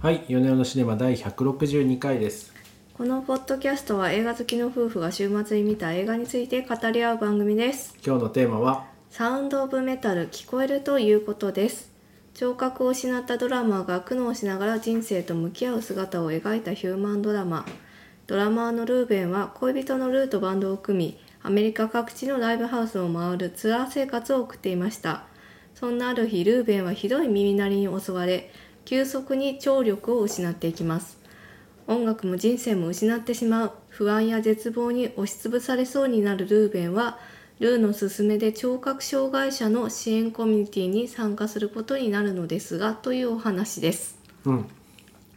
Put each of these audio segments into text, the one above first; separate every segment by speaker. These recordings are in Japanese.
Speaker 1: はい、米ネのシネマ第162回です。
Speaker 2: このポッドキャストは映画好きの夫婦が週末に見た映画について語り合う番組です
Speaker 1: 今日のテーマは、
Speaker 2: サウンド・オブ・メタル聞こえるということです聴覚を失ったドラマーが苦悩しながら人生と向き合う姿を描いたヒューマンドラマドラマーのルーベンは恋人のルーとバンドを組みアメリカ各地のライブハウスを回るツアー生活を送っていましたそんなある日ルーベンはひどい耳鳴りに襲われ急速に聴力を失っていきます音楽も人生も失ってしまう不安や絶望に押しつぶされそうになるルーベンはルーの勧めで聴覚障害者の支援コミュニティに参加することになるのですがというお話です
Speaker 1: うん、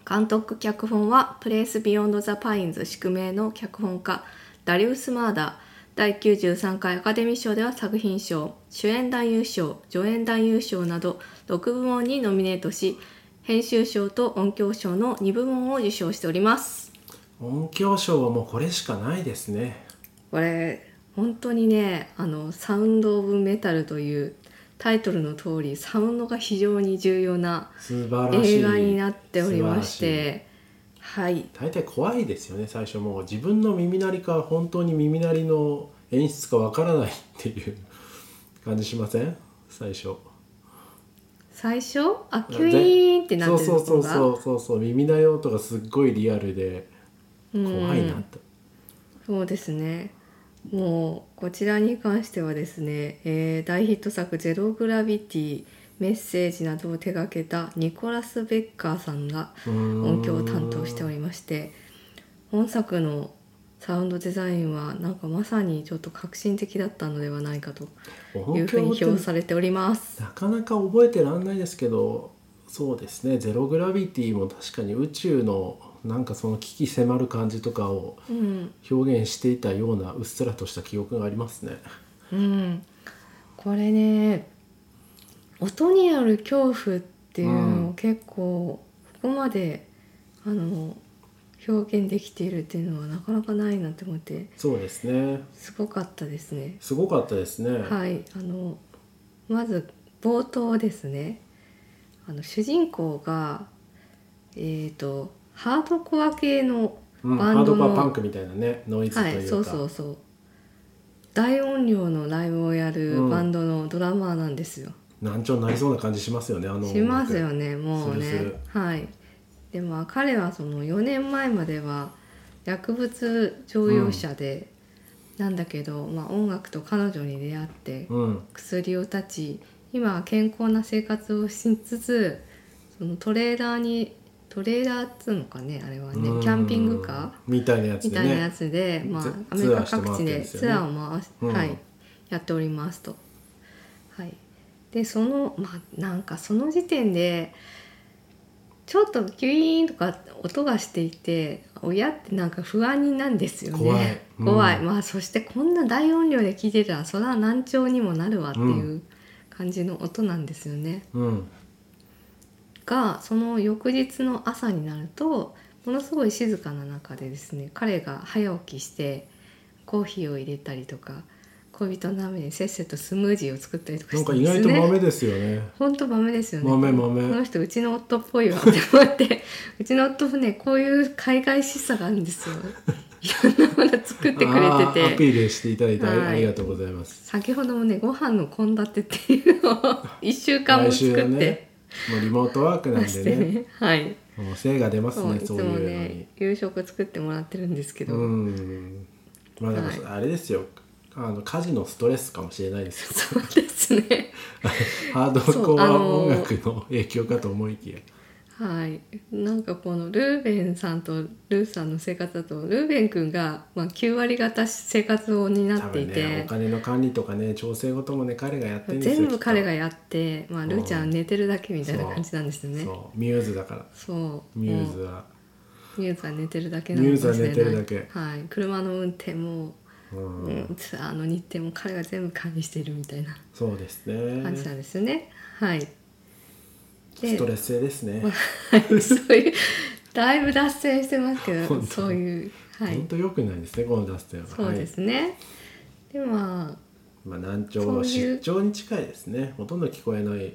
Speaker 2: 監督脚本は「プレイス・ビヨンド・ザ・パインズ」宿命の脚本家ダリウス・マーダー第93回アカデミー賞では作品賞主演男優賞助演男優賞など6部門にノミネートし編集賞と音響賞の2部門を受賞しております
Speaker 1: 音響賞はもうこれしかないですね。
Speaker 2: これ本当にねあの「サウンド・オブ・メタル」というタイトルの通りサウンドが非常に重要な
Speaker 1: 素晴らしい。
Speaker 2: 映画になっておりまし
Speaker 1: 素晴ら
Speaker 2: てはい
Speaker 1: しい。大体怖いですよね、最初もう自分の耳鳴りか、本当に耳鳴りの演出かわからないっていう感じしません最初。
Speaker 2: 最初あキュイーンってなってる
Speaker 1: そう
Speaker 2: と
Speaker 1: そうそう
Speaker 2: ころが
Speaker 1: そうそうそう、耳鳴り音がすっごいリアルで、
Speaker 2: うん
Speaker 1: 怖いなと。
Speaker 2: そうですねもうこちらに関してはですね、えー大ヒット作「ゼログラビティ」メッセージなどを手掛けたニコラス・ベッカーさんが音
Speaker 1: 音
Speaker 2: 響を担当してお
Speaker 1: り
Speaker 2: りまして本作のサウンドデザインはなんかまさにちょっと革新的だったのではないかという
Speaker 1: 音
Speaker 2: ふう
Speaker 1: 響
Speaker 2: に
Speaker 1: って
Speaker 2: 評されております
Speaker 1: なかなか覚えてらんないですけどそうですね「ゼログラビティ」も確かに宇宙のなんかその危機迫る感じとかを
Speaker 2: うん、
Speaker 1: 表現していたようなうっすらとした記憶がありますね。
Speaker 2: うん、これね音による恐怖っていうの
Speaker 1: うん
Speaker 2: を結構ここまであの表現できているっていうのはなかなかないなって思って
Speaker 1: そうですね
Speaker 2: すごかったですね
Speaker 1: すごかったですね。
Speaker 2: はい、あのまず冒頭ですねあの主人公が、えー、とハードコア系の、
Speaker 1: うん、
Speaker 2: バ
Speaker 1: ハー
Speaker 2: ン
Speaker 1: ド
Speaker 2: ドの
Speaker 1: パーパンクみたいなねノイズと
Speaker 2: はいいう
Speaker 1: か、
Speaker 2: そうそうそう大音量のライブをや
Speaker 1: う
Speaker 2: る
Speaker 1: ん
Speaker 2: バンドのドラマーなんですよ。
Speaker 1: 難聴になりそうな感じしますよねあの
Speaker 2: しますよ
Speaker 1: ね。
Speaker 2: ねもうね
Speaker 1: するする
Speaker 2: はい。でも彼はその4年前までは薬物常用者で、なんだけど、まあ、音楽と彼女に出会って
Speaker 1: うん
Speaker 2: 薬を断ち今は健康な生活をしつつそのトレーラーにトレーラーっつうのかねあれはね
Speaker 1: うん
Speaker 2: キャンピングカ
Speaker 1: みたいなや
Speaker 2: ー
Speaker 1: つ
Speaker 2: み
Speaker 1: で
Speaker 2: たいなや
Speaker 1: ね
Speaker 2: つで、まあ
Speaker 1: ツ、
Speaker 2: アメリ
Speaker 1: ツア
Speaker 2: カ
Speaker 1: ーして
Speaker 2: 各
Speaker 1: 回ってる
Speaker 2: 地
Speaker 1: ん
Speaker 2: で
Speaker 1: ですよね
Speaker 2: ツアーを回し、
Speaker 1: うん
Speaker 2: はい、やっておりますと。はい、でそのまあなんかその時点でちょっとキュイーンとか音がしていて親ってなんか不安になんですよね。
Speaker 1: 怖いうん
Speaker 2: 怖いまあそしてこんな大音量で聴いてたらそれは難聴にもなるわって
Speaker 1: う
Speaker 2: いう感じの音なんですよね。
Speaker 1: うん
Speaker 2: がその翌日の朝になるとものすごい静かな中でですね彼が早起きしてコーヒーを入れたりとか恋人のためにせっせとスムージーを作ったりとか
Speaker 1: なん
Speaker 2: して
Speaker 1: か
Speaker 2: る
Speaker 1: 意
Speaker 2: ん
Speaker 1: 外
Speaker 2: です
Speaker 1: と
Speaker 2: ね。
Speaker 1: 豆ですよね。
Speaker 2: 本当豆ですよね。
Speaker 1: 豆豆
Speaker 2: この人うちの夫っぽいわって思って うちの夫もねこういう海外しさがあるんですよ。いろんなもの作ってくれ
Speaker 1: あ
Speaker 2: て
Speaker 1: ー
Speaker 2: て
Speaker 1: アピールしていただいてあり
Speaker 2: はい
Speaker 1: ありがとうございます。
Speaker 2: 先ほどもねご飯の献立っていうのを1週間も
Speaker 1: 来週
Speaker 2: 作っ
Speaker 1: は
Speaker 2: て
Speaker 1: ねもうリモートワークなん
Speaker 2: まし
Speaker 1: で
Speaker 2: て
Speaker 1: ね
Speaker 2: ねはい
Speaker 1: もう精が出ます
Speaker 2: そうい
Speaker 1: ね
Speaker 2: つ
Speaker 1: そう
Speaker 2: も
Speaker 1: いうのに
Speaker 2: ね夕食作ってもらってるんですけ
Speaker 1: う
Speaker 2: ど、
Speaker 1: んまあだからあれですよ、あの家事のストレスかもしれない ですよ
Speaker 2: そうですね
Speaker 1: ハード
Speaker 2: そ
Speaker 1: コ
Speaker 2: うあ
Speaker 1: ア
Speaker 2: の
Speaker 1: 音楽の影響かと思いきや
Speaker 2: はいなんかこのルーベンさんとルーさんの生活だとルーベン君が、まあ、9割方生活を担
Speaker 1: 多
Speaker 2: ってい
Speaker 1: 分
Speaker 2: て、
Speaker 1: ねお金の管理とかね調整事もね彼がやってるんですよ
Speaker 2: 全部彼が
Speaker 1: や
Speaker 2: やって、まあ、ルーちゃんは寝てるだけみたいな感じなんですよね。
Speaker 1: そうミューズだから
Speaker 2: そう
Speaker 1: ミューズ
Speaker 2: も
Speaker 1: は、
Speaker 2: うミューズは寝てるだけなのかもしれない
Speaker 1: ミューズは寝てるだけ
Speaker 2: はい、車の運転も、
Speaker 1: うん
Speaker 2: うん、ツアーの日程も彼が全部管理しているみたいな
Speaker 1: そうですね
Speaker 2: 感じなんですよね。はいで
Speaker 1: ストレス性ですね、
Speaker 2: はいそういうだいぶ脱線してますけ
Speaker 1: 本
Speaker 2: ど
Speaker 1: 当
Speaker 2: そういうは
Speaker 1: ほん
Speaker 2: い
Speaker 1: と良くないですねこの脱線は
Speaker 2: そうで、
Speaker 1: はい
Speaker 2: すね、でまあ
Speaker 1: まあ、難聴は
Speaker 2: そうい
Speaker 1: 失
Speaker 2: う
Speaker 1: 調に近いですねほとんど聞こえない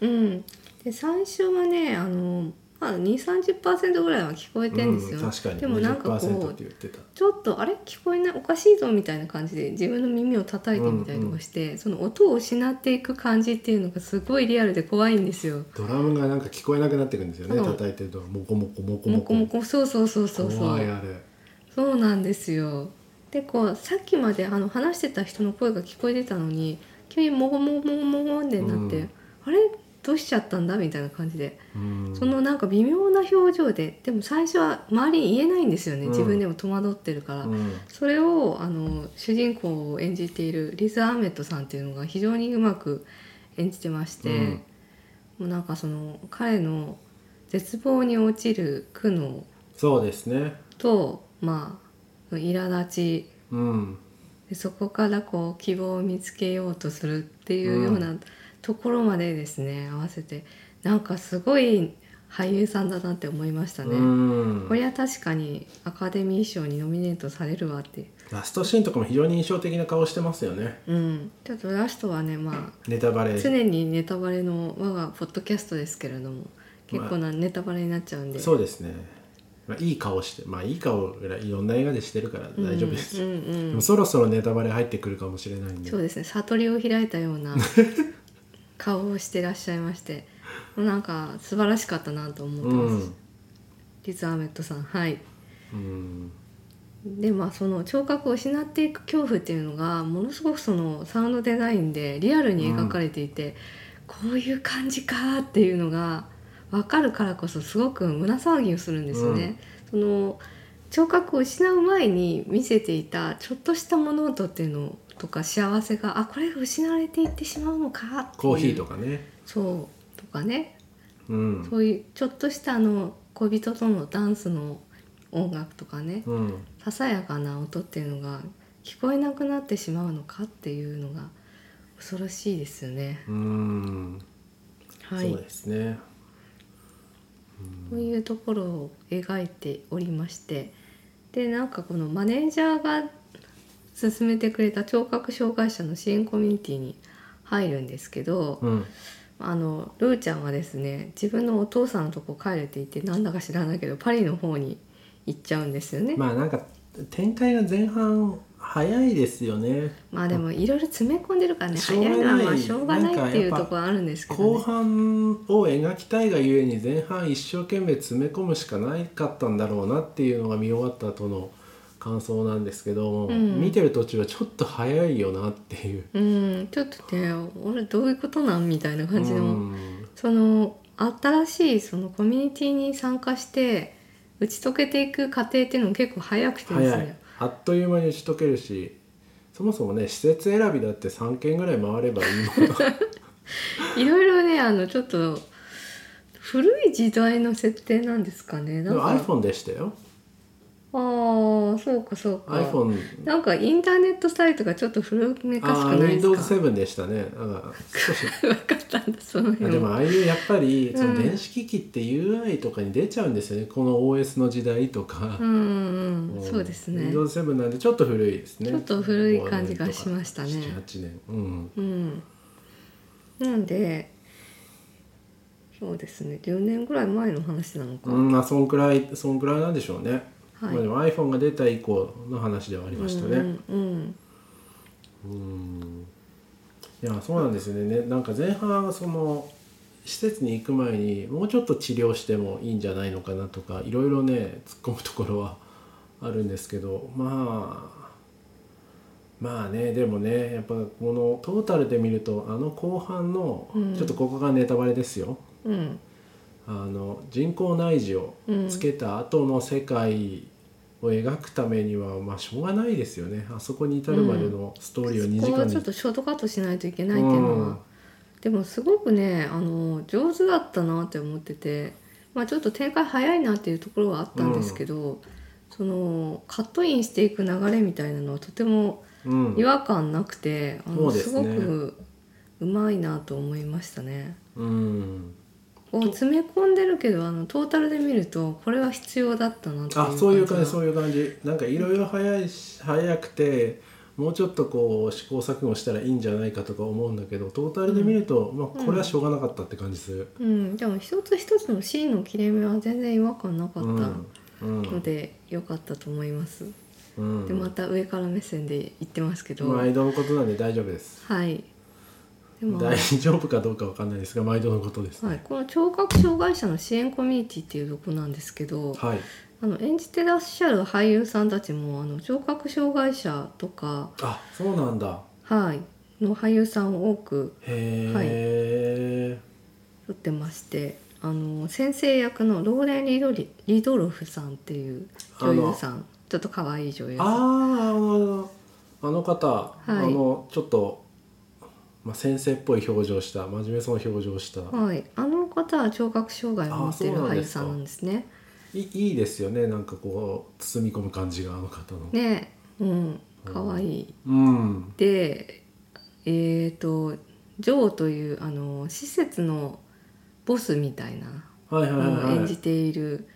Speaker 2: うんで最初はねあのまあ2 3 0ぐらいは聞こえてんですよ、
Speaker 1: うん、確かに
Speaker 2: でもなんかこ
Speaker 1: 20%って言
Speaker 2: う
Speaker 1: ってた
Speaker 2: ちょっとあれ聞こえないおかしいぞみたいな感じで自分の耳を叩いてみたりとかして、その音を失っていく感じっていうのがすごいリアルで怖いんですよ。
Speaker 1: ドラムがなんか聞こえなくなってくるんですよね
Speaker 2: そう
Speaker 1: 叩いてるとモコモコモコ
Speaker 2: も
Speaker 1: モ
Speaker 2: こ
Speaker 1: コ
Speaker 2: もこそうそうそうそうそ
Speaker 1: 怖いうあれ
Speaker 2: そうなんですよ。でこうさっきまであの話してた人の声が聞こえてたのに急にもごもごもごもごってなって、
Speaker 1: うん
Speaker 2: あれどうしちゃったんだみたいな感じで
Speaker 1: うん
Speaker 2: そのなんか微妙な表情ででも最初は周りに言えないんですよね
Speaker 1: うん
Speaker 2: 自分でも戸惑ってるから、
Speaker 1: うん
Speaker 2: それをあの主人公を演じているリズ・アーメットさんっていうのが非常にうまく演じてまして、
Speaker 1: うん
Speaker 2: もうなんかその彼の絶望に陥る苦悩
Speaker 1: そうですね
Speaker 2: とまあ苛立ち
Speaker 1: うん
Speaker 2: でそこからこう希望を見つけようとするっていうようなところまでですね、合わせてなんかすごい俳優さんだなって思いましたね。
Speaker 1: うん
Speaker 2: これは確かにアカデミー賞にノミネートされるわって、
Speaker 1: ラストシーンとかも非常に印象的な顔してますよね
Speaker 2: うん、ちょっとラストはねまあ
Speaker 1: ネタバレ
Speaker 2: 常にネタバレの我がポッドキャストですけれども結構なネタバレになっちゃうんで、
Speaker 1: そうですね、まあ、いい顔してまあいい顔いろんな映画でしてるから大丈夫です、
Speaker 2: うんうんうん
Speaker 1: でもそろそろネタバレ入ってくるかもしれないんで
Speaker 2: そうですね悟りを開いたよう な顔をしてらっしゃいましてもうなんか素晴らしかったなと思ってます、
Speaker 1: うん
Speaker 2: リズ・アメットさんはい
Speaker 1: うん
Speaker 2: でまあその聴覚を失っていく恐怖っていうのがものすごくそのサウンドデザインでリアルに描かれていて、こういう感じかーっていうのが分かるからこそすごく胸騒ぎをするんですよね。その聴覚を失う前に見せていたちょっとした物音っていうのとか幸せがあこれが失われていってしまうのかっていう
Speaker 1: コーヒーとかね
Speaker 2: そうとかね
Speaker 1: うん
Speaker 2: そういうちょっとしたあの恋人とのダンスの音楽とかね、
Speaker 1: うん
Speaker 2: ささやかな音っていうのが聞こえなくなってしまうのかっていうのが恐ろしいですよね。
Speaker 1: うん、
Speaker 2: は
Speaker 1: そう
Speaker 2: い、
Speaker 1: ですね
Speaker 2: こういうところを描いておりましてでなんかこのマネージャーが勧めてくれた聴覚障害者の支援コミュニティに入るんですけど、
Speaker 1: うん
Speaker 2: あのルーちゃんはですね自分のお父さんのとこ帰るって言ってなんだか知らないけどパリの方に行っちゃうんですよね。
Speaker 1: まあなんか展開が前半早いですよね
Speaker 2: まあでもいろいろ詰め込んでるからね
Speaker 1: しょう
Speaker 2: 早
Speaker 1: がないい
Speaker 2: のはまあしょうがないっていう
Speaker 1: なんかやっぱ
Speaker 2: ところあるんですけど、
Speaker 1: 後
Speaker 2: ね、
Speaker 1: 半を描きたいがゆえに前半一生懸命詰め込むしかないかったんだろうなっていうのが見終わった後の感想なんですけど、
Speaker 2: ん
Speaker 1: 見てる途中はちょっと早いよなっていう
Speaker 2: うんちょっとね俺どういうことなんみたいな感じの、
Speaker 1: うん
Speaker 2: その新しいそのコミュニティに参加して打ち解けていく過程っていうのも結構早くてです
Speaker 1: 早い
Speaker 2: ね
Speaker 1: あっという間に打ち解けるしそもそもね施設選びだって3軒ぐらい回ればい いもの
Speaker 2: いろいろねあのちょっと古い時代の設定なんですかね
Speaker 1: で
Speaker 2: なん
Speaker 1: も
Speaker 2: か
Speaker 1: iPhone でしたよ
Speaker 2: ああそうかそうか
Speaker 1: iPhone
Speaker 2: なんかインターネットサイトがちょっと古めかし
Speaker 1: あ
Speaker 2: くないですか
Speaker 1: Windows7 でしたねなんか少し
Speaker 2: 分かったんだその
Speaker 1: いや
Speaker 2: 辺
Speaker 1: でもああいうやっぱり
Speaker 2: うん
Speaker 1: その電子機器って UI とかに出ちゃうんですよね、この OS の時代とか
Speaker 2: う、んうんうん、そうですね。
Speaker 1: Windows7 なんでちょっと古いですね
Speaker 2: ちょっと古い感じがしましたね
Speaker 1: 78年うん
Speaker 2: うん。なんで。そうですね。10年ぐらい前の話なのか。
Speaker 1: うんまあそんくらいそんくらいなんでしょうね、
Speaker 2: はい
Speaker 1: まあ、でも iPhone が出た以降の話ではありましたね、
Speaker 2: うんうん
Speaker 1: うんいやそうなんですよねねなんか前半はその施設に行く前にもうちょっと治療してもいいんじゃないのかなとかいろいろね突っ込むところはあるんですけどまあまあねでもねやっぱこのトータルで見るとあの後半の、
Speaker 2: うん
Speaker 1: ちょっとここがネタバレですよ
Speaker 2: うん。うん。
Speaker 1: あの人工内耳をつけた後の世界を描くためには、まあしょうがないですよねあそこに至るまでのストーリーを2
Speaker 2: こ
Speaker 1: 時
Speaker 2: こ
Speaker 1: 間
Speaker 2: は
Speaker 1: で
Speaker 2: ちょっとショートカットしないといけないっていうのは。でもすごくね、あの上手だったなって思ってて。まあ、ちょっと展開早いなっていうところはあったんですけど。そのカットインしていく流れみたいなのはとても
Speaker 1: うん、うん
Speaker 2: 違和感なくてあの,、
Speaker 1: そうですすね
Speaker 2: ごくうまいなと思いましたね。
Speaker 1: うん、
Speaker 2: こう詰め込んでるけどあのトータルで見るとこれは必要だったなっていう
Speaker 1: あそういう感じ
Speaker 2: が
Speaker 1: そういう感じなんかいろいろ早いし早くてもうちょっとこう試行錯誤したらいいんじゃないかとか思うんだけどトータルで見ると、まあ、これはしょうがなかったって感じする。
Speaker 2: うん、でも一つ一つのシーンの切れ目は全然違和感なかっ
Speaker 1: うんう
Speaker 2: たの
Speaker 1: ん
Speaker 2: で良かったと思います、
Speaker 1: うん
Speaker 2: でまた上から目線で言ってますけど、
Speaker 1: 毎度のことなんで大丈夫です。
Speaker 2: はいでも、は
Speaker 1: 大
Speaker 2: い、
Speaker 1: 丈夫かどうかわかんないですが毎度のことです、ね。
Speaker 2: この聴覚障害者の支援コミュニティっていうとこなんですけど、
Speaker 1: はい
Speaker 2: あの演じてらっしゃる俳優さんたちもあの聴覚障害者とか、
Speaker 1: あそうなんだ
Speaker 2: はい、の俳優さんを多く
Speaker 1: へえ、
Speaker 2: 撮ってましてあの先生役のローレン・リドリリドルフさんっていう女優さんちょっと可愛い女優
Speaker 1: あ
Speaker 2: さ
Speaker 1: あ
Speaker 2: ん
Speaker 1: あのあの方、あのちょっと、まあ、先生っぽい表情した真面目そうな表情した、
Speaker 2: はい、あの方は聴覚障害を持っている
Speaker 1: あそうなん
Speaker 2: 俳優
Speaker 1: ですか
Speaker 2: さんなんですね。
Speaker 1: いいいですよねなんかこう包み込む感じがあの方の、
Speaker 2: ねうん、可愛い
Speaker 1: うん
Speaker 2: でえっ、とジョーというあの施設のボスみたいな
Speaker 1: はいはいはい
Speaker 2: のを
Speaker 1: はい
Speaker 2: 演じている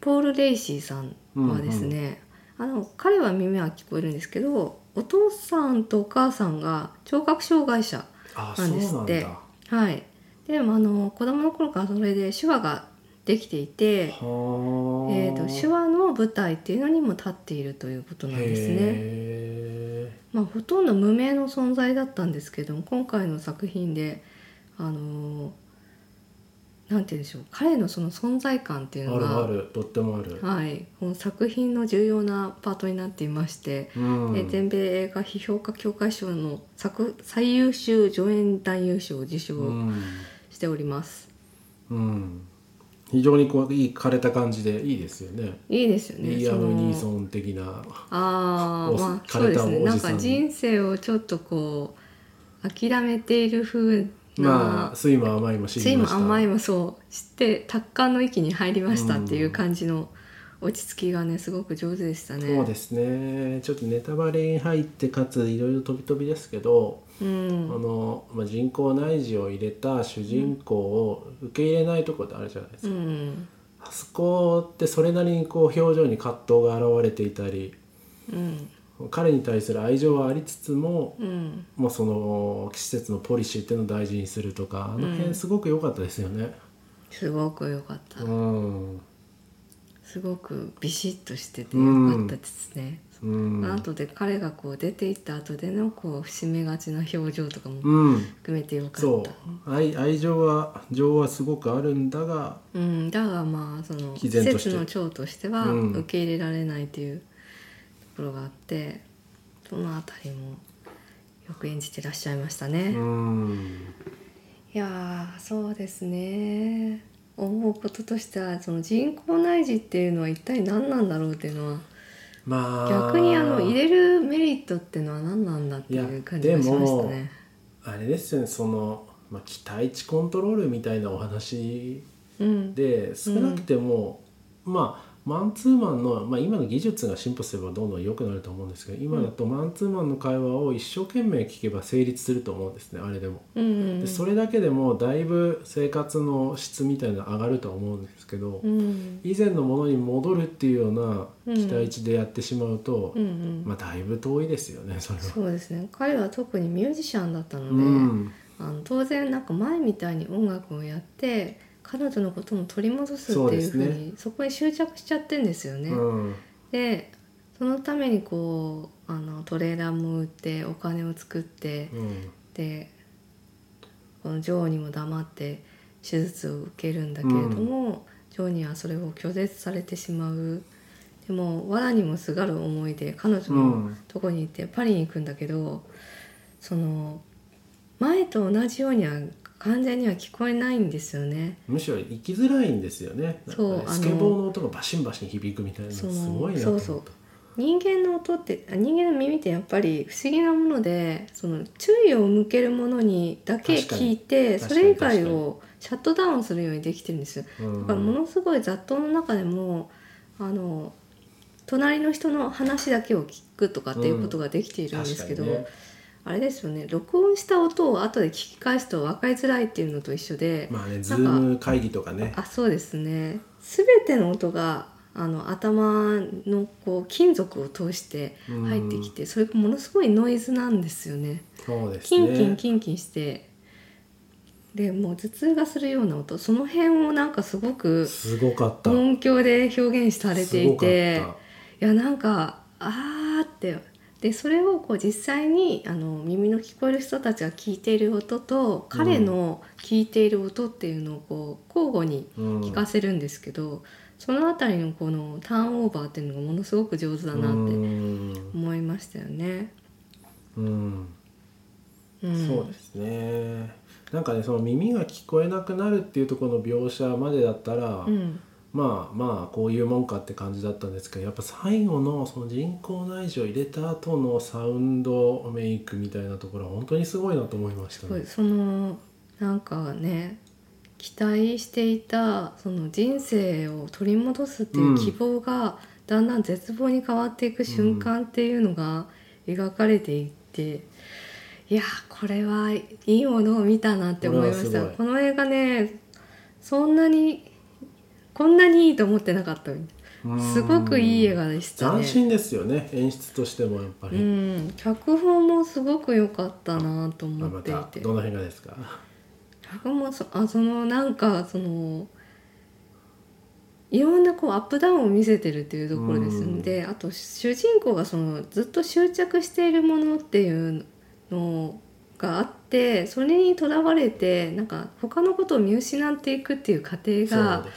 Speaker 2: ポール・レイシーさんはですね、あの彼は耳は聞こえるんですけどお父さんとお母さんが聴覚障害者
Speaker 1: あ
Speaker 2: な
Speaker 1: そうん
Speaker 2: です
Speaker 1: な
Speaker 2: っ
Speaker 1: ん
Speaker 2: て
Speaker 1: だは
Speaker 2: はいでもあの子供の頃からそれで手話ができていて、
Speaker 1: あ、
Speaker 2: えー、と手話の舞台っていうのにも立っているということなんですね。
Speaker 1: へ
Speaker 2: まあ、ほとんど無名の存在だったんですけども今回の作品であのーなんて言うんでしょう彼のその存在感ってい
Speaker 1: え
Speaker 2: うの
Speaker 1: ある
Speaker 2: が
Speaker 1: あるとってもある、
Speaker 2: はい、この作品の重要なパートになっていまして、
Speaker 1: うん、
Speaker 2: えー全米映画批評家協会賞の作最優秀助演男優賞を受賞
Speaker 1: うん、
Speaker 2: しております、
Speaker 1: うん、非常にこういい枯れた感じでいいですよね
Speaker 2: いいですよね
Speaker 1: リアム・ニーソ
Speaker 2: ン
Speaker 1: ン的な
Speaker 2: あ
Speaker 1: お
Speaker 2: あまあ
Speaker 1: 枯
Speaker 2: そう
Speaker 1: れ
Speaker 2: で
Speaker 1: た
Speaker 2: すね
Speaker 1: お
Speaker 2: な
Speaker 1: じ
Speaker 2: ん
Speaker 1: さん
Speaker 2: か人生をちょっとこう諦めている風な、
Speaker 1: まあ酸いも甘いも知
Speaker 2: つ
Speaker 1: り
Speaker 2: い
Speaker 1: ま
Speaker 2: も
Speaker 1: した
Speaker 2: 甘いもそう知って達観の域に入りましたっていう感じの落ち着きがねすごく上手でしたね。
Speaker 1: そうですねちょっとネタバレに入ってかついろいろ飛び飛びですけど、
Speaker 2: うん
Speaker 1: あのまあ、人工内耳を入れた主人公を受け入れないとこってあるじゃないです
Speaker 2: う
Speaker 1: か、
Speaker 2: ん
Speaker 1: あそこってそれなりにこう表情に葛藤が現れていたり
Speaker 2: うん
Speaker 1: 彼に対する愛情はありつつも、
Speaker 2: うん
Speaker 1: もうその施設のポリシーっていうのを大事にするとかあの
Speaker 2: う
Speaker 1: 辺
Speaker 2: ん
Speaker 1: すごく良かったですよね。
Speaker 2: すごく良かった、
Speaker 1: うん、
Speaker 2: すごくビシッとしてて良かったですね、
Speaker 1: うん、
Speaker 2: あとで彼がこう出て行った後でのこう節目がちな表情とかも
Speaker 1: うん、
Speaker 2: 含めて良かった、
Speaker 1: そう愛愛情は情はすごくあるんだが
Speaker 2: うん、だがまあその施
Speaker 1: 毅然として
Speaker 2: 設の長としては
Speaker 1: うん
Speaker 2: 受け入れられないというところがあって、そのあたりもよく演じてらっしゃいましたね、
Speaker 1: う
Speaker 2: い
Speaker 1: ん
Speaker 2: やーそうですね思うこととしてはその人工内耳っていうのは一体何なんだろうっていうのは
Speaker 1: まあ
Speaker 2: 逆にあの入れるメリットっていうのは何なんだっていう感じがしました
Speaker 1: いやでも
Speaker 2: ね。
Speaker 1: あれですよねその、まあ、期待値コントロールみたいなお話
Speaker 2: うん、
Speaker 1: で少なくても、まあマンツーマンの、まあ、今の技術が進歩すればどんどん良くなると思うんですけど今だとマンツーマンの会話を一生懸命聞けば成立すると思うんですねあれでも。
Speaker 2: うんうん
Speaker 1: でそれだけでもだいぶ生活の質みたいなの上がるとは思うんですけど、
Speaker 2: うん
Speaker 1: 以前のものに戻るっていうよう
Speaker 2: うん
Speaker 1: な期待値でやってしまうと、
Speaker 2: うんうん
Speaker 1: まあだいぶ遠いですよねそれは。
Speaker 2: そうですね彼は特にミュージシャンだったので、
Speaker 1: うん
Speaker 2: あの当然なんか前みたいに音楽をやって彼女のことも取り戻すっていうふう
Speaker 1: そう
Speaker 2: に
Speaker 1: で
Speaker 2: そ,、
Speaker 1: す
Speaker 2: こに執着しちゃってんですよね。
Speaker 1: うん
Speaker 2: でそのためにこうあのトレーラーも売ってお金を作って
Speaker 1: うん
Speaker 2: でこの女王にも黙って手術を受けるんだけれども、女王にはそれを拒絶されてしまうでも藁にもすがる思いで彼女
Speaker 1: う
Speaker 2: の
Speaker 1: ん
Speaker 2: とこに行ってパリに行くんだけど、その前と同じようには完全には聞こえないんですよね。
Speaker 1: むしろ行きづらいんですよねなんかね
Speaker 2: そうあの
Speaker 1: スケボーの音がバシンバシン響くみたいなのす
Speaker 2: その
Speaker 1: ごいなと
Speaker 2: そ
Speaker 1: 思
Speaker 2: う
Speaker 1: った
Speaker 2: そう人間の音ってあ人間の耳ってやっぱり不思議なものでその注意を向けるものにだけ
Speaker 1: 確かに
Speaker 2: 聞いて
Speaker 1: 確
Speaker 2: そ
Speaker 1: かに
Speaker 2: れ以外をシャットダウンするようにできてるんですよ
Speaker 1: うん
Speaker 2: だからものすごい雑踏の中でもあの隣の人の話だけを聞くとかっていうことができているんですけ
Speaker 1: 確か
Speaker 2: ど、
Speaker 1: にね
Speaker 2: あれですよね録音した音を後で聞き返すと分かりづらいっていうのと一緒で、
Speaker 1: まあねズーム会議とかね
Speaker 2: あそうですね全ての音がああの頭のこう金属を通して入ってきて、それがものすごいノイズなんですよね。
Speaker 1: そうです
Speaker 2: キ
Speaker 1: ね
Speaker 2: ンキンキンキンしてでもう頭痛がするような音その辺をなんかすごく
Speaker 1: すごかった
Speaker 2: 音響で表現されていて
Speaker 1: すごかっ
Speaker 2: いやなんかあーってでそれをこう実際にあの耳の聞こえる人たちが聞いている音と彼の聞いている音っていうのをこう交互に
Speaker 1: たうん
Speaker 2: 聞かせるんですけど、そのあたりのこのターンオーバーっていうのがものすごく上手だなって
Speaker 1: うん
Speaker 2: 思いましたよね。
Speaker 1: うん
Speaker 2: うん、
Speaker 1: そうですねなんかねその耳が聞こえなくなるっていうところの描写までだったら、
Speaker 2: うん
Speaker 1: まあまあこういうもんかって感じだったんですけどやっぱ最後のその人工内耳を入れた後のサウンドメイクみたいなところは本当にすごいなと思いました
Speaker 2: すごい
Speaker 1: ね。
Speaker 2: そのなんかね期待していたその人生を取り戻すっていう希望がだんだん絶望に変わっていく瞬間っていうのが描かれていって、いやこれはいいものを見たなって思いまし
Speaker 1: これはす
Speaker 2: た
Speaker 1: ごい
Speaker 2: この映画ねそんなにこんなにいいと思ってなかったみたいなすごくいい映
Speaker 1: 画
Speaker 2: 画でした
Speaker 1: 斬
Speaker 2: ね。
Speaker 1: 新ですよね演出としてもやっぱ
Speaker 2: う
Speaker 1: り、
Speaker 2: ん、脚本もすごく良かったなと
Speaker 1: まあ
Speaker 2: 思
Speaker 1: ま
Speaker 2: ってい
Speaker 1: た
Speaker 2: て。
Speaker 1: どの辺がですか
Speaker 2: 僕もそあそのなんかそのいろんなこうアップダウンを見せてるっていうところです
Speaker 1: うん
Speaker 2: んであと主人公がそのずっと執着しているものっていうのがあってそれにとらわれてなんか他のことを見失っていくっていう過程
Speaker 1: そう
Speaker 2: が
Speaker 1: で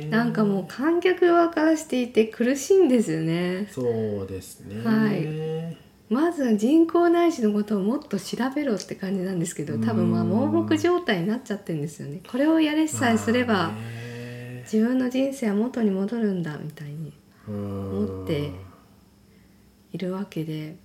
Speaker 1: すね
Speaker 2: なんかもう観客側からしていて苦しいんですよね。
Speaker 1: そうですね
Speaker 2: はいまず人工内耳のことをもっと調べろって感じなんですけど多分まあ
Speaker 1: うん
Speaker 2: 盲目状態になっちゃってるんですよね。これをやれさえすれば、
Speaker 1: まあね
Speaker 2: 自分の人生は元に戻るんだみたいに持っているわけで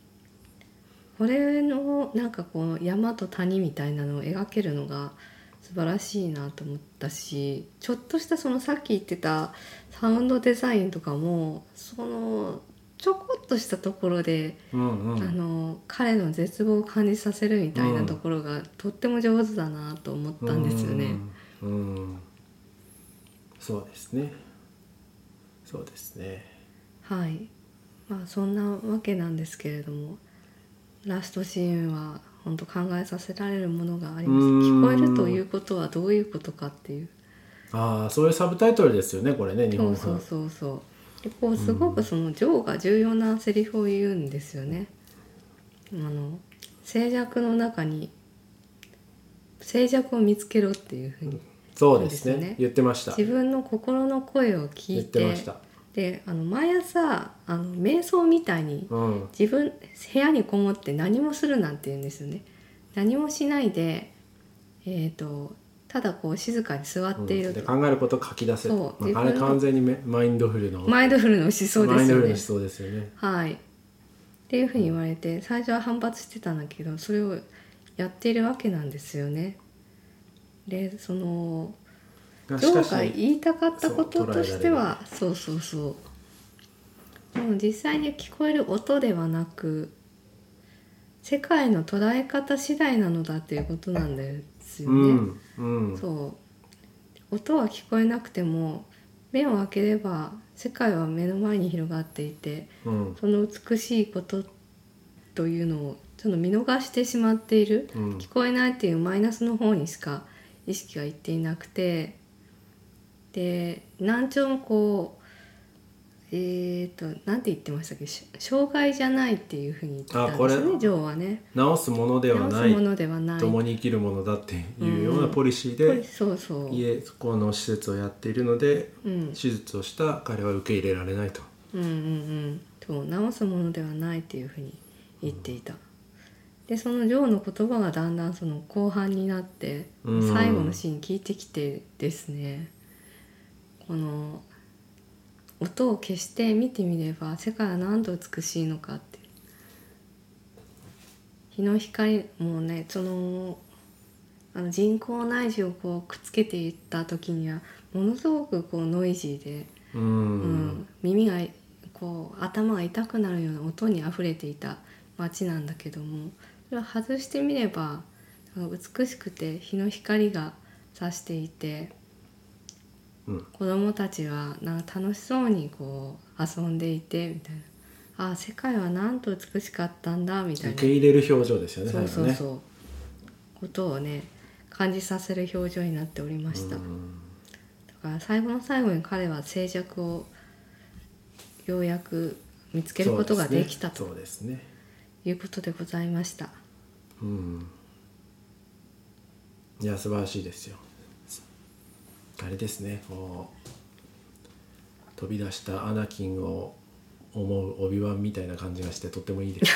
Speaker 2: これのなんかこう山と谷みたいなのを描けるのが素晴らしいなと思ったしちょっとしたそのさっき言ってたサウンドデザインとかもそのちょこっとしたところで、
Speaker 1: うんうんうん
Speaker 2: あの彼の絶望を感じさせるみたいなところがとっても上手だなと思ったんですよね。
Speaker 1: うん。うんそうですね。そうですね。
Speaker 2: はいまあそんなわけなんですけれどもラストシーンは本当考えさせられるものがあります
Speaker 1: うーん
Speaker 2: 聞こえるということはどういうことかっていう
Speaker 1: ああ、そういうサブタイトルですよね、これね、日
Speaker 2: そ
Speaker 1: 本
Speaker 2: うそ
Speaker 1: 版
Speaker 2: う。そうそうでこうすごくそのジョーが重要なセリフを言うんですよねあの静寂の中に静寂を見つけろっていうふうに
Speaker 1: そうですね。
Speaker 2: そうですね
Speaker 1: 言ってました。
Speaker 2: 自分の心の声を聞
Speaker 1: 言っ
Speaker 2: い
Speaker 1: てま
Speaker 2: て
Speaker 1: した。
Speaker 2: であの毎朝あの瞑想みたいに
Speaker 1: うん。
Speaker 2: 自分部屋にこもって何もするなんて言うんですよね何もしないで、えー、とただこう静かに座っている
Speaker 1: で
Speaker 2: と、
Speaker 1: 考えることを書き出せ
Speaker 2: そう自分
Speaker 1: ま
Speaker 2: の
Speaker 1: あ、あれ完全にめマインドフルの
Speaker 2: マインドフルの思想で
Speaker 1: マイン
Speaker 2: す
Speaker 1: ドフ
Speaker 2: よ
Speaker 1: ルの
Speaker 2: ね
Speaker 1: 思。想ですよね。
Speaker 2: はい、っていうふうに言われて最初は反発してたんだけどそれをやっているわけなんですよね。でその
Speaker 1: が
Speaker 2: ジョ
Speaker 1: しか
Speaker 2: ーが
Speaker 1: し、
Speaker 2: 言いたかったこ
Speaker 1: そ
Speaker 2: と
Speaker 1: う
Speaker 2: としてはそうそうそうでも実際に聞こえる音ではなく世界の捉え方次第なのだっていうことなんですよ
Speaker 1: う
Speaker 2: ね、
Speaker 1: ん、うん、
Speaker 2: そう音は聞こえなくても目を開ければ世界は目の前に広がっていて
Speaker 1: うん、
Speaker 2: その美しいことというのをちょっと見逃してしまっている
Speaker 1: うん、
Speaker 2: 聞こえないっていうマイナスの方にしか意識がいっていなくてで難聴もこうえー、となんて言ってましたっけし障害じゃないっていうふうに言ってたん
Speaker 1: あこ
Speaker 2: で
Speaker 1: れ
Speaker 2: すねジョーはね
Speaker 1: 直すものでは
Speaker 2: 治す
Speaker 1: ない
Speaker 2: ものではない
Speaker 1: 共に生きるものだっていうような
Speaker 2: うん
Speaker 1: ポリシー
Speaker 2: これ
Speaker 1: で、
Speaker 2: そうそう、
Speaker 1: 家そこの施設をやっているので
Speaker 2: うん、
Speaker 1: 手術をした彼は受け入れられないと。
Speaker 2: うんうんうんそう直すものではないっていうふうに言っていた、でそのジョーの言葉がだんだんその後半になって、
Speaker 1: うん
Speaker 2: 最後のシーン聞いてきてですねこの音を消して見てみれば世界は何度美しいのかって日の光もうねそのあの人工内耳をこうくっつけていった時にはものすごくこうノイジーで。
Speaker 1: う
Speaker 2: うんん、耳がこう頭が痛くなるような音にあふれていた街なんだけどもそれを外してみれば美しくて日の光が差していて
Speaker 1: うん
Speaker 2: 子供たちはなんか楽しそうにこう遊んでいてみたいなああ世界はなんと美しかったんだみたい
Speaker 1: 受
Speaker 2: な
Speaker 1: け入れる表情ですよね
Speaker 2: そうそう
Speaker 1: 最
Speaker 2: そ
Speaker 1: 後ね
Speaker 2: う、ことをね感じさせる表情になっておりました、
Speaker 1: う
Speaker 2: だ
Speaker 1: ん
Speaker 2: から最後の最後に彼は静寂をようやく見つけることができたと
Speaker 1: そうですね
Speaker 2: いうことでございました、
Speaker 1: そうですねうんいや素晴らしいですよあれですねこう飛び出したアナキンを思うオビワンみたいな感じがしてとってもいいです、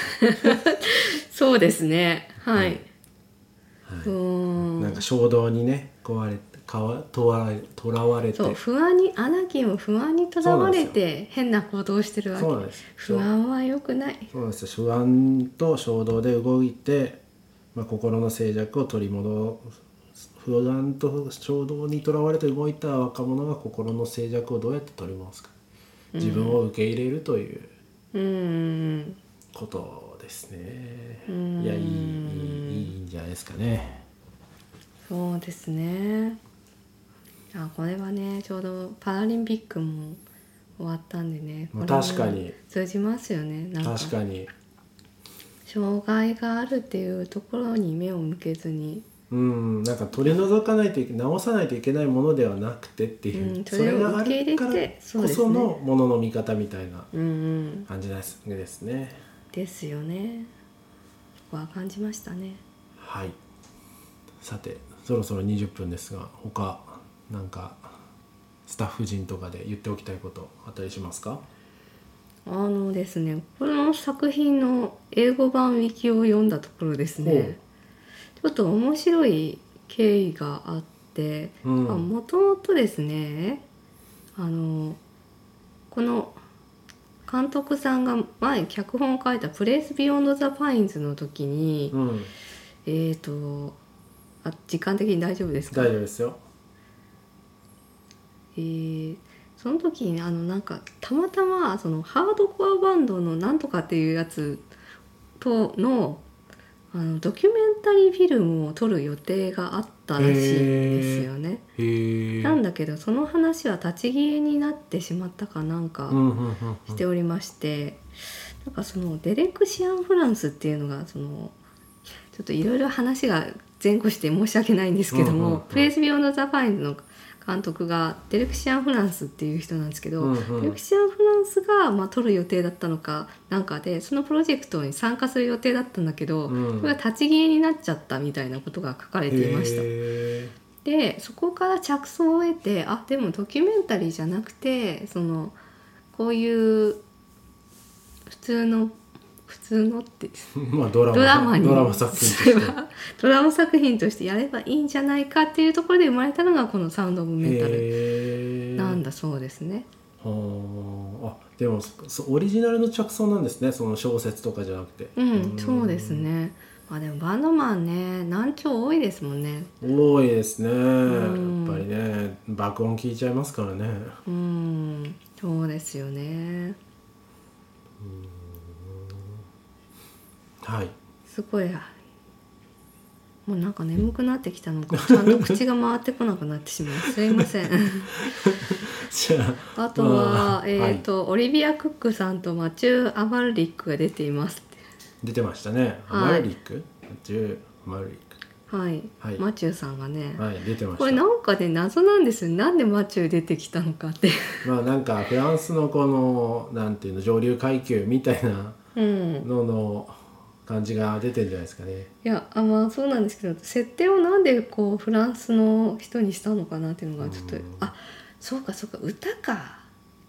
Speaker 2: そうですねはい、う
Speaker 1: は
Speaker 2: ー
Speaker 1: い、
Speaker 2: ん
Speaker 1: なんか衝動にね壊れかわとわとらわれて
Speaker 2: そう不安にアナキンは不安にとらわれて変な行動をしてるわけ
Speaker 1: そうなんです
Speaker 2: 不安は良くない
Speaker 1: そうなんですよ不安と衝動で動いて、まあ、心の静寂を取り戻す不安と衝動にとらわれて動いた若者が心の静寂をどうやって取り戻すか自分を受け入れるという
Speaker 2: うーん
Speaker 1: ことですね、
Speaker 2: うん
Speaker 1: いやいいいいいいんじゃないですかね
Speaker 2: そうですねあこれはねちょうどパラリンピックも終わったんでね
Speaker 1: まあ
Speaker 2: これも
Speaker 1: 確かに
Speaker 2: 通じますよねなんか
Speaker 1: 確かに
Speaker 2: 障害があるっていうところに目を向けずに、
Speaker 1: うんなんか取り除かないといけ直さないといけないものではなくてっていう、
Speaker 2: うんそれを受け入れて
Speaker 1: それがあるからこそのものの見方みたいな
Speaker 2: うんうん、
Speaker 1: 感じですですね
Speaker 2: ですよねそこは感じましたね
Speaker 1: はい。さて、そろそろ20分ですが、他なんかスタッフ陣とかで言っておきたいことあったりしますか？
Speaker 2: あのですねこの作品の英語版ウィキを読んだところですねちょっと面白い経緯があって
Speaker 1: うん
Speaker 2: もともとですねあのこの監督さんが前脚本を書いた「プレイス・ビヨンド・ザ・パインズ」の時に、
Speaker 1: うん、
Speaker 2: えっ、とあ時間的に大丈夫ですか
Speaker 1: 大丈夫ですよ。
Speaker 2: えーその時にねあのなんかたまたまそのハードコアバンドのなんとかっていうやつとのあのドキュメンタリーフィルムを撮る予定があったらしいんですよね。
Speaker 1: へ
Speaker 2: なんだけどその話は立ち消えになってしまったかなんか
Speaker 1: うんうんうんう
Speaker 2: し
Speaker 1: ん
Speaker 2: ておりまして、なんかそのデレク・シアン・フランスっていうのがそのちょっといろいろ話が前後して申し訳ないんですけど
Speaker 1: う
Speaker 2: も「
Speaker 1: んうんうん
Speaker 2: プレイス・ビヨンド・ザ・ファインズ」の監督がデレク・シアン・フランスっていう人なんですけど、
Speaker 1: うんうん
Speaker 2: デレク・シアン・フランスが、まあ、撮る予定だったのかなんかでそのプロジェクトに参加する予定だったんだけど、
Speaker 1: うん
Speaker 2: それが立ち消えになっちゃったみたいなことが書かれていました。
Speaker 1: へ
Speaker 2: でそこから着想を得てあでもドキュメンタリーじゃなくてそのこういう普通の普通のって
Speaker 1: ー まあドラマ
Speaker 2: ドラマに
Speaker 1: ドラマ作品として
Speaker 2: すればドラマ作品としてやればいいんじゃないかっていうところで生まれたのがこの「サウンド・オブ・メタル
Speaker 1: へ」ー
Speaker 2: なんだそうですね。
Speaker 1: はああでもそそオリジナルの着想なんですねその小説とかじゃなくて
Speaker 2: うん、そうですね。まあでもバンドマンね難聴多いですもんね。
Speaker 1: 多いですねや
Speaker 2: ん
Speaker 1: っぱりね爆音聞いちゃいますからね
Speaker 2: うんそうですよね。
Speaker 1: はい
Speaker 2: すごいあもうなんか眠くなってきたのかちゃんと口が回ってこなくなってしまうすいません
Speaker 1: じゃあ
Speaker 2: あとは、
Speaker 1: まあ
Speaker 2: えっ、
Speaker 1: はい
Speaker 2: と、オリビア・クックさんとマチュー・アマルリックが出ています
Speaker 1: 出てましたね。
Speaker 2: はい
Speaker 1: マルリック、10マルリッ
Speaker 2: はい、
Speaker 1: はい
Speaker 2: マチューさんがね、
Speaker 1: ク。はい、出てま
Speaker 2: これ
Speaker 1: した。
Speaker 2: なんかね謎なんですよなんでマチュー出てきたのかって
Speaker 1: まあなんかフランスのこのなんていうの上流階級みたいな
Speaker 2: うん
Speaker 1: のの感じが出てんじゃないですかね。
Speaker 2: いやあまあそうなんですけど設定をなんでこうフランスの人にしたのかなっていうのがちょっと
Speaker 1: うん
Speaker 2: あそうかそうか歌か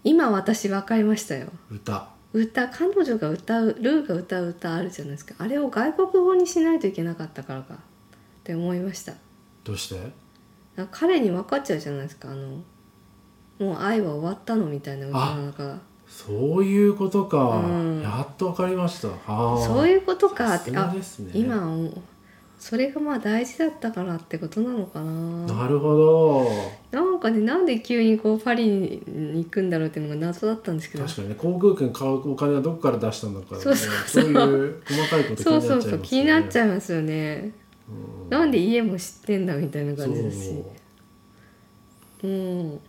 Speaker 2: 今私分かりましたよ
Speaker 1: 歌。
Speaker 2: 歌彼女が歌うルーが歌う歌あるじゃないですかあれを外国語にしないといけなかったからかって思いました
Speaker 1: どうして？
Speaker 2: なんか彼に分かっちゃうじゃないですかあのもう愛は終わったのみたいな歌なのか
Speaker 1: そういうことか。
Speaker 2: うん
Speaker 1: やっとわかりました。ああ。
Speaker 2: そういうことか
Speaker 1: さ
Speaker 2: っ
Speaker 1: す
Speaker 2: て
Speaker 1: が
Speaker 2: あ
Speaker 1: ですね。
Speaker 2: 今はもうそれがまあ大事だったからってことなのか
Speaker 1: な
Speaker 2: な
Speaker 1: るほど。
Speaker 2: なんかねなんで急にこうパリに行くんだろうっていうのが謎だったんですけど
Speaker 1: 確かにね、航空券買うお金はどこから出したんだから、ね、
Speaker 2: そうそうそう
Speaker 1: いう細かいこと気
Speaker 2: そう
Speaker 1: にな
Speaker 2: そ
Speaker 1: っ
Speaker 2: う
Speaker 1: ちゃいますよね。
Speaker 2: そう気になっちゃいますよね
Speaker 1: うん
Speaker 2: なんで家も知ってんだみたいな感じだ
Speaker 1: そ
Speaker 2: し
Speaker 1: う
Speaker 2: うん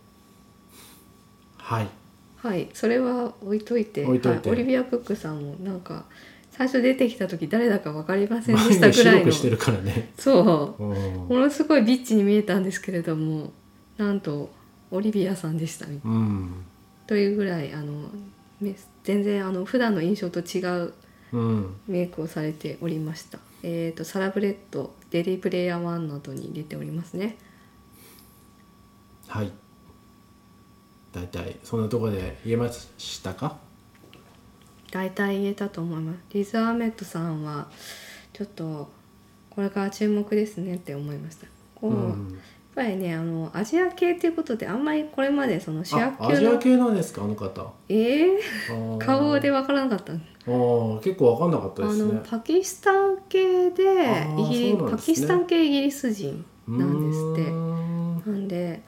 Speaker 1: はい
Speaker 2: はいそれは置いといて
Speaker 1: 置いといて
Speaker 2: はオリビア・プックさんもなんか最初出てきた時誰だか分かりませんで
Speaker 1: 眉
Speaker 2: した
Speaker 1: 毛
Speaker 2: ぐら
Speaker 1: 白
Speaker 2: いの
Speaker 1: くしてるからね
Speaker 2: そう
Speaker 1: うん
Speaker 2: ものすごいビッチに見えたんですけれどもなんとオリビアさんでしたみ
Speaker 1: うん
Speaker 2: というぐらいあのめ全然あの普段の印象と違う
Speaker 1: うん
Speaker 2: メイクをされておりましたえっ、とサラブレッドデリープレイヤー1などに出ておりますね
Speaker 1: はい大体そんなとこで言えましたか
Speaker 2: 大体言えたと思いますリザーメットさんはちょっとこれから注目ですねって思いましたこう、
Speaker 1: うん
Speaker 2: やっぱりねあのアジア系ということであんまりこれまでその主
Speaker 1: あ
Speaker 2: 役
Speaker 1: ア
Speaker 2: 級
Speaker 1: ジア
Speaker 2: の
Speaker 1: 系なんですかあの方
Speaker 2: えー、顔で
Speaker 1: は
Speaker 2: わからなかったん
Speaker 1: 結構わかんなかった
Speaker 2: あ
Speaker 1: です
Speaker 2: の
Speaker 1: ね
Speaker 2: パキスタン系で
Speaker 1: あー
Speaker 2: イギリ
Speaker 1: そうなんですね
Speaker 2: パキスタン系イギリス人なんですって
Speaker 1: うーん
Speaker 2: なんで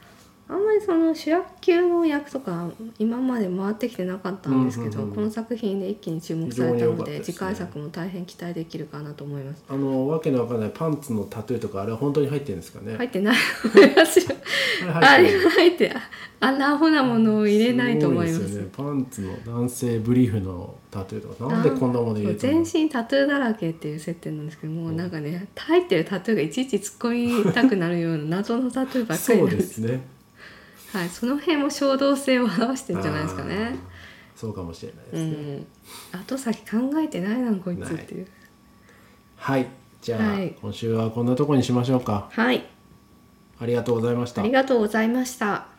Speaker 2: あんまりその主役級の役とか今まで回ってきてなかったんですけ
Speaker 1: うん
Speaker 2: ど、
Speaker 1: うんうん
Speaker 2: この作品で一気に注目され
Speaker 1: 非常
Speaker 2: た
Speaker 1: に良
Speaker 2: の
Speaker 1: かっ
Speaker 2: で
Speaker 1: たですね
Speaker 2: 次回作も大変期待できるかなと思います。
Speaker 1: あのわけのわかんないパンツのタトゥーとかあれは本当に入ってるんですかね、
Speaker 2: 入ってないと思いますよ。
Speaker 1: あれ
Speaker 2: あ
Speaker 1: 入って
Speaker 2: れ
Speaker 1: る
Speaker 2: 入ってあんなアホなものを入れないと思います
Speaker 1: ごですよねパンツの男性ブリーフのタトゥーとかなんでこんなもの入
Speaker 2: そ
Speaker 1: れ
Speaker 2: う
Speaker 1: て
Speaker 2: 全身タトゥーだらけっていう設定なんですけどもうなんかね入ってるタトゥーがいちいち突っ込みたくなるような謎のタトゥーばっかり
Speaker 1: そ
Speaker 2: なん
Speaker 1: う
Speaker 2: で
Speaker 1: ですすね
Speaker 2: はい、その辺も衝動性を表してるんじゃないですかね
Speaker 1: あー。そうかもしれないで
Speaker 2: う
Speaker 1: すね、
Speaker 2: ん、後先考えてないなこいつっていう。
Speaker 1: はいじゃあ、
Speaker 2: はい
Speaker 1: 今週はこんなとこにしましょうか
Speaker 2: はい、
Speaker 1: ありがとうございました
Speaker 2: ありがとうございました。